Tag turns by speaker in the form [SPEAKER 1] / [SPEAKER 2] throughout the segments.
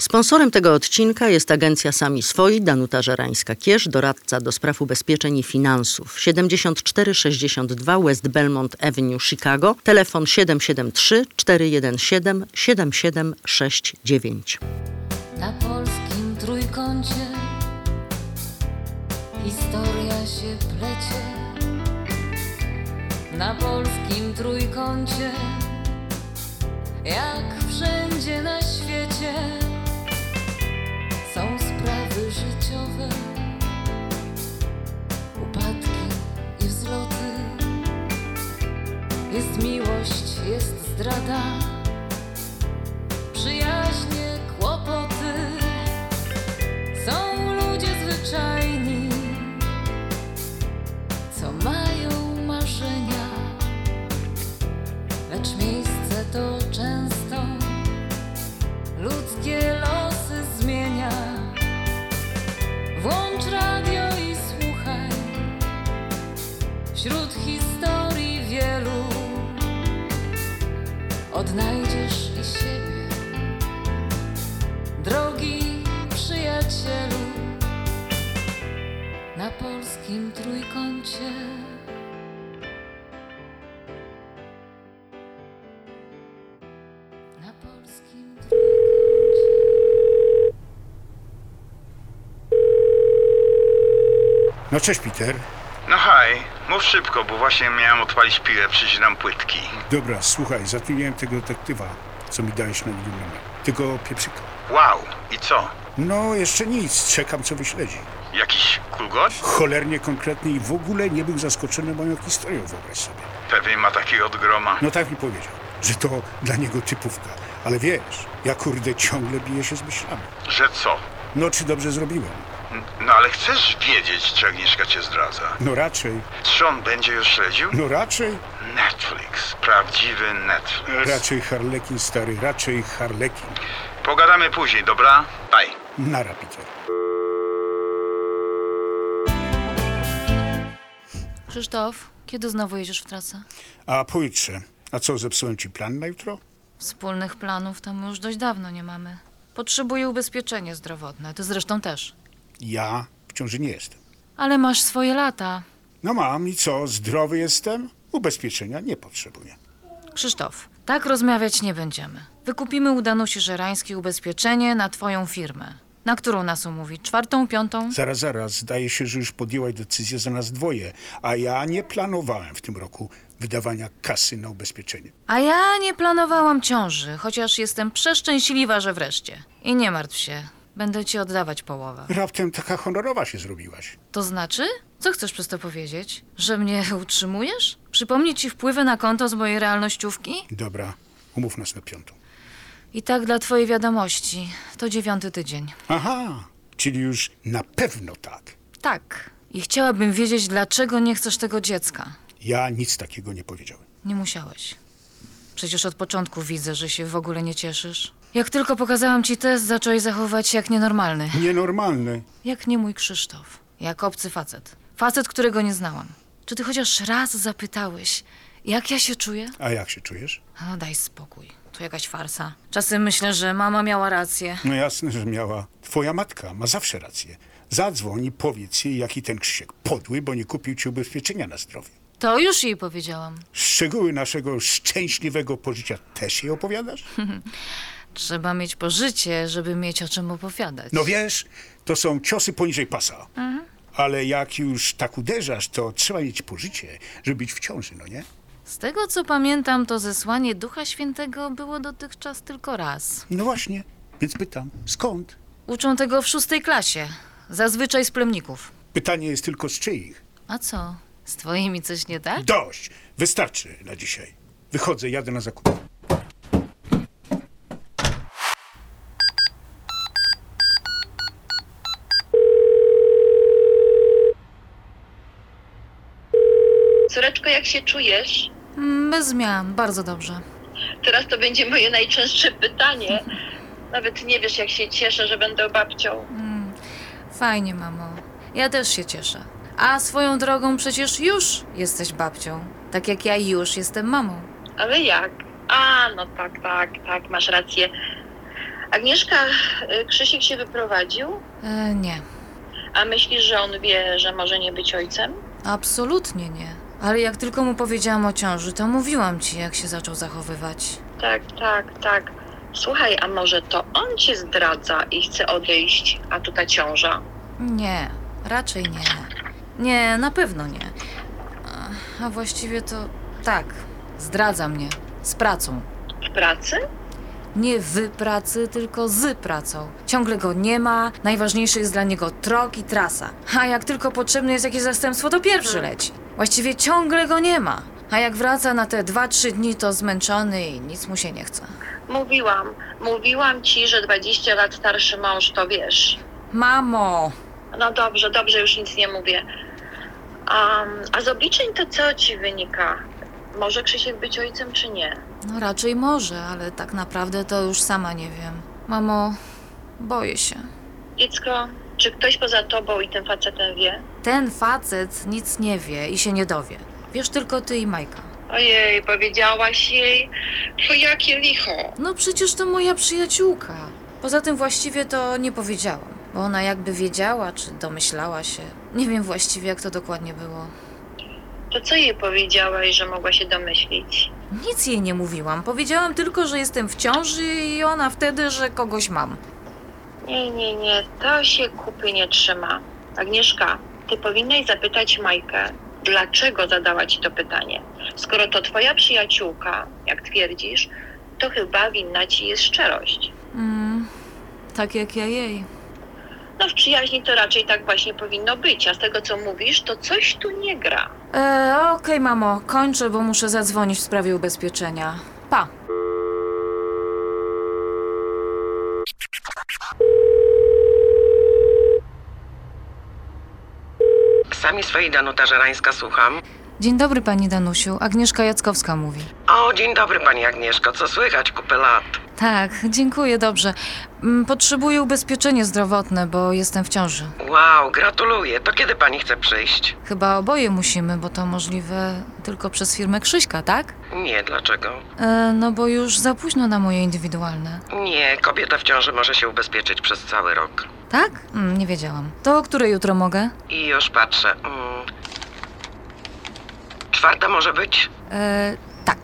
[SPEAKER 1] Sponsorem tego odcinka jest agencja Sami Swoi, Danuta Żerańska-Kierz, doradca do spraw ubezpieczeń i finansów. 7462 West Belmont Avenue, Chicago, telefon 773 417 7769.
[SPEAKER 2] Na polskim trójkącie historia się plecie. Na polskim trójkącie, jak wszędzie na świecie, są sprawy życiowe, upadki i wzloty. Jest miłość, jest zdrada przyjaźnie, kłopoty. Są ludzie zwyczajni, co mają marzenia, lecz miejsce to często ludzkie losy zmienia. Włącz radio i słuchaj wśród historii wielu. Odnajdziesz i siebie. Drogi przyjacielu, na polskim trójkącie. Na polskim trójkącie.
[SPEAKER 3] No cześć Peter.
[SPEAKER 4] No haj, mów szybko, bo właśnie miałem odpalić piłę, przecinam płytki.
[SPEAKER 3] Dobra, słuchaj, zatrudniłem tego detektywa, co mi dałeś na minimum. Tego pieprzyka.
[SPEAKER 4] Wow, i co?
[SPEAKER 3] No, jeszcze nic, czekam co wyśledzi.
[SPEAKER 4] Jakiś kulgot?
[SPEAKER 3] Cholernie konkretny i w ogóle nie był zaskoczony moją historią, wyobraź sobie.
[SPEAKER 4] Pewnie ma taki odgroma.
[SPEAKER 3] No tak mi powiedział, że to dla niego typówka. Ale wiesz, ja kurde ciągle biję się z myślami.
[SPEAKER 4] Że co?
[SPEAKER 3] No czy dobrze zrobiłem?
[SPEAKER 4] N- No ale chcesz wiedzieć, czy Agnieszka cię zdradza?
[SPEAKER 3] No raczej,
[SPEAKER 4] Czy on będzie ją śledził?
[SPEAKER 3] no raczej,
[SPEAKER 4] Netflix, prawdziwy Netflix.
[SPEAKER 3] raczej harlekin stary, raczej harlekin.
[SPEAKER 4] Pogadamy później, dobra? Bye.
[SPEAKER 3] Nara Peter.
[SPEAKER 2] Krzysztof, kiedy znowu jedziesz w trasę?
[SPEAKER 3] A pojutrze, a co, zepsułem ci plan na jutro?
[SPEAKER 2] Wspólnych planów tam już dość dawno nie mamy. Potrzebuję ubezpieczenie zdrowotne, ty zresztą też.
[SPEAKER 3] Ja w ciąży nie jestem.
[SPEAKER 2] Ale masz swoje lata.
[SPEAKER 3] No mam i co, zdrowy jestem? Ubezpieczenia nie potrzebuję.
[SPEAKER 2] Krzysztof, tak rozmawiać nie będziemy. Wykupimy u Danusi Żerańskiej ubezpieczenie na twoją firmę. Na którą nas umówi? Czwartą, piątą?
[SPEAKER 3] Zaraz, zaraz, zdaje się, że już podjęłaś decyzję za nas dwoje, a ja nie planowałem w tym roku wydawania kasy na ubezpieczenie.
[SPEAKER 2] A ja nie planowałam ciąży, chociaż jestem przeszczęśliwa, że wreszcie. I nie martw się, będę ci oddawać połowę.
[SPEAKER 3] Raptem taka honorowa się zrobiłaś.
[SPEAKER 2] To znaczy? Co chcesz przez to powiedzieć? Że mnie utrzymujesz? Przypomnieć ci wpływy na konto z mojej realnościówki?
[SPEAKER 3] Dobra, umów nas na piątą.
[SPEAKER 2] I tak dla twojej wiadomości, to dziewiąty tydzień.
[SPEAKER 3] Aha, czyli już na pewno tak.
[SPEAKER 2] Tak. I chciałabym wiedzieć, dlaczego nie chcesz tego dziecka.
[SPEAKER 3] Ja nic takiego nie powiedziałem.
[SPEAKER 2] Nie musiałeś. Przecież od początku widzę, że się w ogóle nie cieszysz. Jak tylko pokazałam ci test, zacząłeś zachowywać się jak nienormalny.
[SPEAKER 3] Nienormalny.
[SPEAKER 2] Jak nie mój Krzysztof. Jak obcy facet. Facet, którego nie znałam. Czy ty chociaż raz zapytałeś, jak ja się czuję?
[SPEAKER 3] A jak się czujesz?
[SPEAKER 2] No daj spokój. To jakaś farsa. Czasem myślę, że mama miała rację.
[SPEAKER 3] No jasne, że miała. Twoja matka ma zawsze rację. Zadzwoń i powiedz jej, jaki ten Krzysiek podły, bo nie kupił ci ubezpieczenia na zdrowie.
[SPEAKER 2] To już jej powiedziałam.
[SPEAKER 3] Szczegóły naszego szczęśliwego pożycia też jej opowiadasz?
[SPEAKER 2] Trzeba mieć pożycie, żeby mieć o czym opowiadać.
[SPEAKER 3] No wiesz, to są ciosy poniżej pasa. Ale jak już tak uderzasz, to trzeba mieć pożycie, żeby być w ciąży, no nie?
[SPEAKER 2] Z tego co pamiętam, to zesłanie Ducha Świętego było dotychczas tylko raz.
[SPEAKER 3] No właśnie, więc pytam, skąd?
[SPEAKER 2] Uczą tego w szóstej klasie. Zazwyczaj z plemników.
[SPEAKER 3] Pytanie jest tylko z czyich?
[SPEAKER 2] A co? Z twoimi coś nie tak?
[SPEAKER 3] Dość! Wystarczy na dzisiaj. Wychodzę, jadę na zakupy.
[SPEAKER 5] Córeczko, jak się czujesz?
[SPEAKER 2] Mm, Bez zmian, bardzo dobrze.
[SPEAKER 5] Teraz to będzie moje najczęstsze pytanie. Nawet nie wiesz, jak się cieszę, że będę babcią.
[SPEAKER 2] Fajnie, mamo. Ja też się cieszę. A swoją drogą przecież już jesteś babcią. Tak jak ja już jestem mamą.
[SPEAKER 5] Ale jak? A, no tak, tak, tak, masz rację. Agnieszka, y, Krzysiek się wyprowadził,
[SPEAKER 2] E, nie,
[SPEAKER 5] a myślisz, że on wie, że może nie być ojcem?
[SPEAKER 2] absolutnie nie. Ale jak tylko mu powiedziałam o ciąży, to mówiłam ci, jak się zaczął zachowywać.
[SPEAKER 5] Tak, tak, tak. Słuchaj, a może to on cię zdradza i chce odejść, a tu ta ciąża?
[SPEAKER 2] Nie, raczej nie. Nie, na pewno nie. A- A właściwie to tak, zdradza mnie. Z pracą.
[SPEAKER 5] W pracy?
[SPEAKER 2] Nie w pracy, tylko z pracą. Ciągle go nie ma, najważniejszy jest dla niego trok i trasa. A jak tylko potrzebne jest jakieś zastępstwo, to pierwszy leci. Właściwie ciągle go nie ma. A jak wraca na te 2-3 dni, to zmęczony i nic mu się nie chce.
[SPEAKER 5] Mówiłam, mówiłam ci, że 20 lat starszy mąż to wiesz.
[SPEAKER 2] Mamo!
[SPEAKER 5] No dobrze, dobrze, już nic nie mówię. Am, a z obliczeń to co ci wynika? Może Krzysiek być ojcem, czy nie?
[SPEAKER 2] No raczej może, ale tak naprawdę to już sama nie wiem. Mamo, boję się.
[SPEAKER 5] Dziecko, czy ktoś poza tobą i tym facetem wie?
[SPEAKER 2] Ten facet nic nie wie i się nie dowie. Wiesz tylko ty i Majka.
[SPEAKER 5] Ojej, powiedziałaś jej, to jakie licho.
[SPEAKER 2] No przecież to moja przyjaciółka. Poza tym właściwie to nie powiedziałam, bo ona jakby wiedziała, czy domyślała się. Nie wiem właściwie, jak to dokładnie było.
[SPEAKER 5] To co jej powiedziałaś, że mogła się domyślić?
[SPEAKER 2] Nic jej nie mówiłam. Powiedziałam tylko, że jestem w ciąży i ona wtedy, że kogoś mam.
[SPEAKER 5] Nie, nie, nie, to się kupy nie trzyma. Agnieszka, ty powinnaś zapytać Majkę, dlaczego zadała ci to pytanie. Skoro to twoja przyjaciółka, jak twierdzisz, to chyba winna ci jest szczerość.
[SPEAKER 2] Mm, tak jak ja jej.
[SPEAKER 5] No w przyjaźni to raczej tak właśnie powinno być, a z tego co mówisz, to coś tu nie gra.
[SPEAKER 2] E, Okej, mamo, kończę, bo muszę zadzwonić w sprawie ubezpieczenia. Pa!
[SPEAKER 6] Sami swojej Danuta Żerańska słucham.
[SPEAKER 2] Dzień dobry, pani Danusiu. Agnieszka Jackowska mówi.
[SPEAKER 6] O, dzień dobry pani Agnieszko, co słychać kupę lat?
[SPEAKER 2] Tak, dziękuję, dobrze. Mm, Potrzebuję ubezpieczenie zdrowotne, bo jestem w ciąży.
[SPEAKER 6] Wow, gratuluję, to kiedy pani chce przyjść?
[SPEAKER 2] Chyba oboje musimy, bo to możliwe tylko przez firmę Krzyśka, tak?
[SPEAKER 6] Nie, dlaczego?
[SPEAKER 2] E, no bo już za późno na moje indywidualne.
[SPEAKER 6] Nie, kobieta w ciąży może się ubezpieczyć przez cały rok.
[SPEAKER 2] Tak? Mm, nie wiedziałam. To o które jutro mogę?
[SPEAKER 6] I już patrzę. Mm. Czwarta może być?
[SPEAKER 2] E, tak.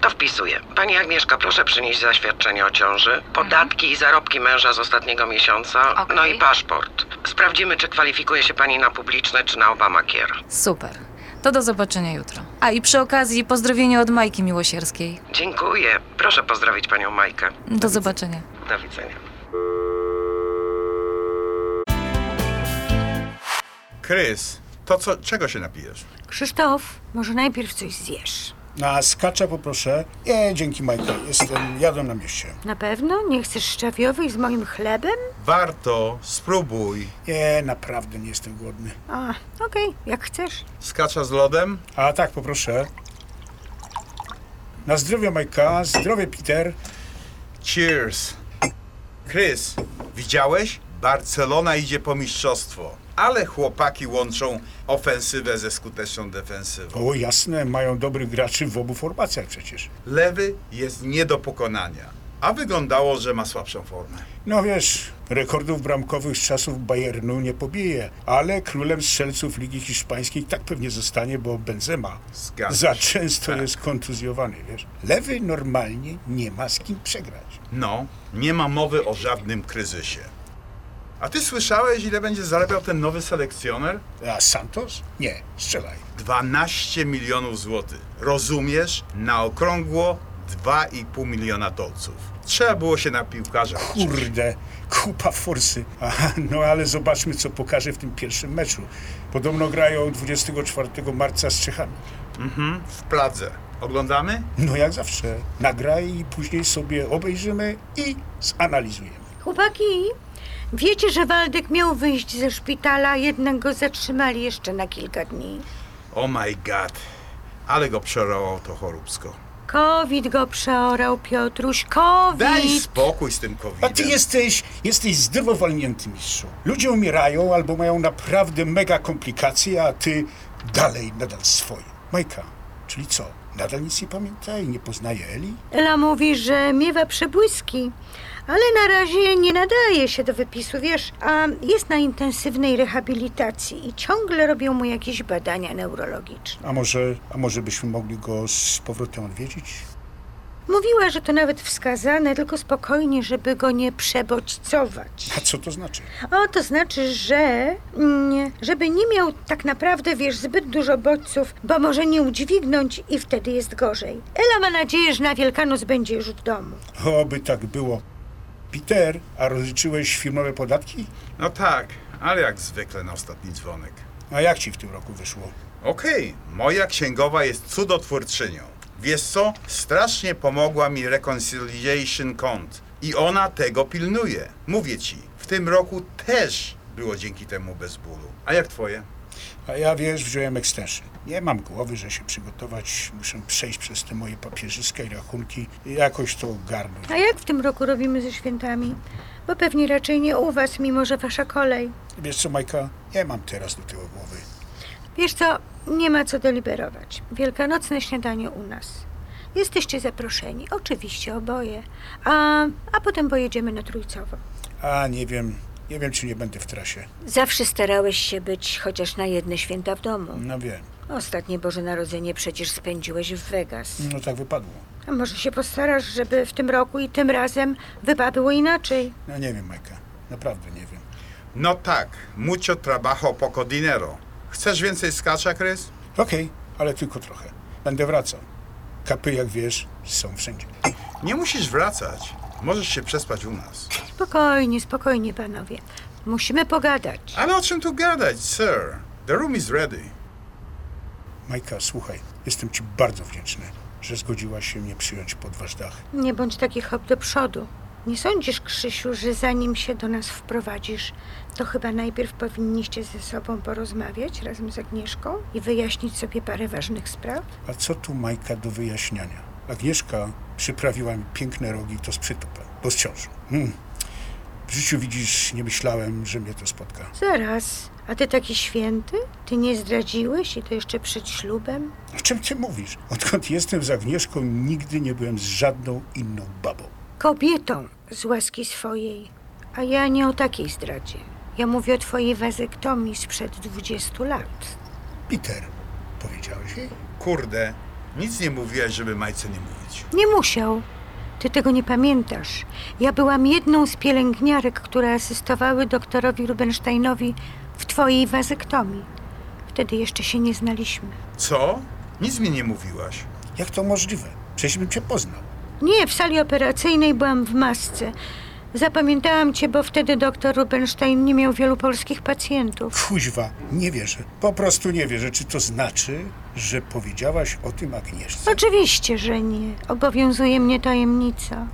[SPEAKER 6] To wpisuję. Pani Agnieszka, proszę przynieść zaświadczenie o ciąży, podatki i zarobki męża z ostatniego miesiąca,
[SPEAKER 2] Okej.
[SPEAKER 6] no i paszport. Sprawdzimy, czy kwalifikuje się pani na publiczne, czy na Obamacare.
[SPEAKER 2] Super. To do zobaczenia jutro. A i przy okazji pozdrowienie od Majki Miłosierskiej.
[SPEAKER 6] Dziękuję. Proszę pozdrowić panią Majkę.
[SPEAKER 2] Do zobaczenia.
[SPEAKER 6] Do widzenia.
[SPEAKER 7] Krys, to co, czego się napijesz?
[SPEAKER 8] Krzysztof, może najpierw coś zjesz.
[SPEAKER 3] Na skacza poproszę. Nie, dzięki Majka, jestem, jadłem na mieście.
[SPEAKER 8] Na pewno? Nie chcesz szczawiowych z moim chlebem?
[SPEAKER 7] Warto, spróbuj.
[SPEAKER 3] Nie, naprawdę nie jestem głodny.
[SPEAKER 8] A, okej, jak chcesz.
[SPEAKER 7] Skacza z lodem?
[SPEAKER 3] A tak, poproszę. Na zdrowie Majka, zdrowie Peter.
[SPEAKER 7] Cheers. Krys, widziałeś? Barcelona idzie po mistrzostwo, ale chłopaki łączą ofensywę ze skuteczną defensywą.
[SPEAKER 3] O jasne, mają dobrych graczy w obu formacjach przecież.
[SPEAKER 7] Lewy jest nie do pokonania, a wyglądało, że ma słabszą formę.
[SPEAKER 3] No wiesz, rekordów bramkowych z czasów Bayernu nie pobije, ale królem strzelców Ligi Hiszpańskiej tak pewnie zostanie, bo Benzema
[SPEAKER 7] Zgadza
[SPEAKER 3] za
[SPEAKER 7] się.
[SPEAKER 3] często
[SPEAKER 7] Tak.
[SPEAKER 3] jest kontuzjowany, wiesz. Lewy normalnie nie ma z kim przegrać.
[SPEAKER 7] No, nie ma mowy o żadnym kryzysie. A ty słyszałeś, ile będzie zarabiał ten nowy selekcjoner?
[SPEAKER 3] A Santos? Nie, strzelaj.
[SPEAKER 7] 12 milionów złotych. Rozumiesz? Na okrągło 2,5 miliona dolców. Trzeba było się na piłkarza. uczyć.
[SPEAKER 3] Kurde, kupa forsy. Aha, no ale zobaczmy, co pokaże w tym pierwszym meczu. Podobno grają 24 marca z Czechami.
[SPEAKER 7] W Pladze. Oglądamy?
[SPEAKER 3] No jak zawsze, nagraj i później sobie obejrzymy i zanalizujemy.
[SPEAKER 8] Chłopaki, wiecie, że Waldek miał wyjść ze szpitala, jednak go zatrzymali jeszcze na kilka dni.
[SPEAKER 7] Oh my god. Ale go przerało to choróbsko.
[SPEAKER 8] COVID go przeorał, Piotruś, COVID!
[SPEAKER 7] Daj spokój z tym
[SPEAKER 3] A
[SPEAKER 7] COVID-em.
[SPEAKER 3] ty jesteś, jesteś zdrowowalnięty mistrzu. Ludzie umierają albo mają naprawdę mega komplikacje, a ty dalej nadal swoje. Majka, czyli co? Nadal nic nie pamięta i nie poznaje Eli?
[SPEAKER 8] Ela mówi, że miewa przebłyski, ale na razie nie nadaje się do wypisu, wiesz, a jest na intensywnej rehabilitacji i ciągle robią mu jakieś badania neurologiczne.
[SPEAKER 3] A może, a może byśmy mogli go z powrotem odwiedzić?
[SPEAKER 8] Mówiła, że to nawet wskazane, tylko spokojnie, żeby go nie przebodźcować.
[SPEAKER 3] A co to znaczy?
[SPEAKER 8] O, to znaczy, że mm, żeby nie miał tak naprawdę, wiesz, zbyt dużo bodźców, bo może nie udźwignąć i wtedy jest gorzej. Ela ma nadzieję, że na Wielkanoc będzie już w domu.
[SPEAKER 3] Oby tak było. Peter, a rozliczyłeś firmowe podatki?
[SPEAKER 7] No tak, ale jak zwykle na ostatni dzwonek.
[SPEAKER 3] A jak ci w tym roku wyszło?
[SPEAKER 7] Okej, moja księgowa jest cudotwórczynią. Wiesz co? Strasznie pomogła mi Reconciliation Cont i ona tego pilnuje. Mówię ci, w tym roku też było dzięki temu bez bólu. A jak twoje?
[SPEAKER 3] A ja wiesz, wziąłem extension. Nie mam głowy, że się przygotować. Muszę przejść przez te moje papierzyska i rachunki i jakoś to ogarnąć.
[SPEAKER 8] A jak w tym roku robimy ze świętami? Bo pewnie raczej nie u was, mimo że wasza kolej.
[SPEAKER 3] Wiesz co, Majka? Nie mam teraz do tego głowy.
[SPEAKER 8] Wiesz co, nie ma co deliberować. Wielkanocne śniadanie u nas. Jesteście zaproszeni, oczywiście oboje. A, a potem pojedziemy na Trójcowo.
[SPEAKER 3] A nie wiem, nie wiem, czy nie będę w trasie.
[SPEAKER 8] Zawsze starałeś się być chociaż na jedne święta w domu.
[SPEAKER 3] No wiem,
[SPEAKER 8] Ostatnie Boże Narodzenie przecież spędziłeś w Vegas.
[SPEAKER 3] no tak wypadło.
[SPEAKER 8] A może się postarasz, żeby w tym roku i tym razem wypadło inaczej?
[SPEAKER 3] No nie wiem, Majka. Naprawdę nie wiem.
[SPEAKER 7] No tak, mucho trabajo poco dinero. Chcesz więcej skacza, Krys?
[SPEAKER 3] Okej, ale tylko trochę. Będę wracał. Kapy, jak wiesz, są wszędzie.
[SPEAKER 7] Nie musisz wracać. Możesz się przespać u nas.
[SPEAKER 8] Spokojnie, spokojnie, panowie. Musimy pogadać.
[SPEAKER 7] Ale o czym tu gadać, sir? The room is ready.
[SPEAKER 3] Majka, słuchaj, jestem ci bardzo wdzięczny, że zgodziłaś się mnie przyjąć pod wasz dach.
[SPEAKER 8] Nie bądź taki hop do przodu. Nie sądzisz, Krzysiu, że zanim się do nas wprowadzisz, to chyba najpierw powinniście ze sobą porozmawiać razem z Agnieszką i wyjaśnić sobie parę ważnych spraw?
[SPEAKER 3] A co tu, Majka, do wyjaśniania? Agnieszka przyprawiła mi piękne rogi, to z przytupem, bo z ciążą. Hmm. W życiu widzisz, nie myślałem, że mnie to spotka.
[SPEAKER 8] Zaraz, a ty taki święty? Ty nie zdradziłeś i to jeszcze przed ślubem?
[SPEAKER 3] O czym ty mówisz? Odkąd jestem z Agnieszką, nigdy nie byłem z żadną inną babą.
[SPEAKER 8] Kobietą z łaski swojej. A ja nie o takiej zdradzie. Ja mówię o twojej wazektomii sprzed 20 lat.
[SPEAKER 3] Peter, powiedziałeś jej?
[SPEAKER 7] Kurde, nic nie mówiłeś, żeby Majce nie mówić.
[SPEAKER 8] Nie musiał. Ty tego nie pamiętasz. Ja byłam jedną z pielęgniarek, które asystowały doktorowi Rubensteinowi w twojej wazektomii. Wtedy jeszcze się nie znaliśmy.
[SPEAKER 7] Co? Nic mi nie mówiłaś.
[SPEAKER 3] Jak to możliwe? Przecież bym cię poznał.
[SPEAKER 8] Nie, w sali operacyjnej byłam w masce. Zapamiętałam cię, bo wtedy doktor Rubenstein nie miał wielu polskich pacjentów.
[SPEAKER 3] Kuźwa, nie wierzę. Po prostu nie wierzę. Czy to znaczy, że powiedziałaś o tym Agnieszce
[SPEAKER 8] Znaczy- Oczywiście, że nie. Obowiązuje mnie tajemnica.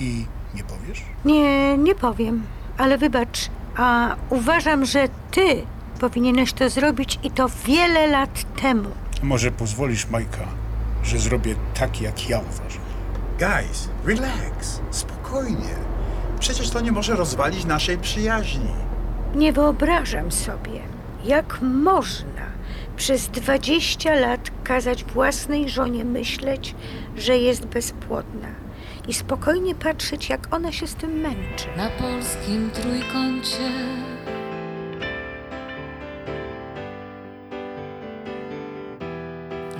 [SPEAKER 3] i nie powiesz?
[SPEAKER 8] Nie, nie powiem, ale wybacz, a uważam, że ty powinieneś to zrobić i to wiele lat temu.
[SPEAKER 3] Może pozwolisz, Majka, że zrobię tak, jak ja uważam.
[SPEAKER 7] Guys, relax, spokojnie. Przecież to nie może rozwalić naszej przyjaźni.
[SPEAKER 8] Nie wyobrażam sobie, jak można przez 20 lat kazać własnej żonie myśleć, że jest bezpłodna i spokojnie patrzeć, jak ona się z tym męczy.
[SPEAKER 2] Na polskim trójkącie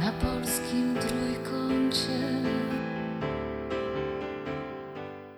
[SPEAKER 2] Na polskim trójkącie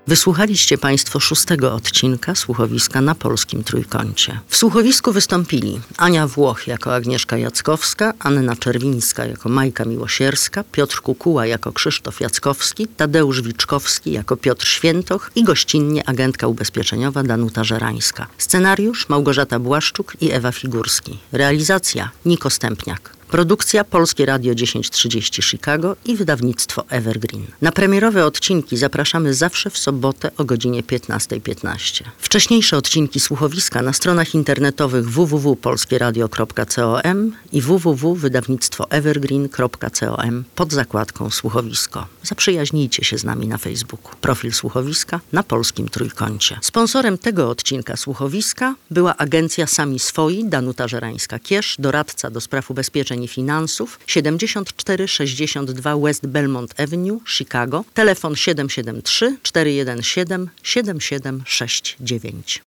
[SPEAKER 1] Wysłuchaliście Państwo szóstego odcinka słuchowiska na polskim trójkącie. W słuchowisku wystąpili Ania Włoch jako Agnieszka Jackowska, Anna Czerwińska jako Majka Miłosierska, Piotr Kukuła jako Krzysztof Jackowski, Tadeusz Wiczkowski jako Piotr Świętoch i gościnnie agentka ubezpieczeniowa Danuta Żerańska. Scenariusz Małgorzata Błaszczuk i Ewa Figurski. Realizacja Niko Stępniak. Produkcja Polskie Radio 1030 Chicago i wydawnictwo Evergreen. Na premierowe odcinki zapraszamy zawsze w sobotę o godzinie 15.15. Wcześniejsze odcinki słuchowiska na stronach internetowych www.polskieradio.com i www.wydawnictwoevergreen.com pod zakładką słuchowisko. Zaprzyjaźnijcie się z nami na Facebooku. Profil słuchowiska na polskim trójkącie. Sponsorem tego odcinka słuchowiska była agencja Sami Swoi Danuta Żerańska-Kierz, doradca do spraw ubezpieczeń i finansów 7462 West Belmont Avenue, Chicago. Telefon 773 417 7769.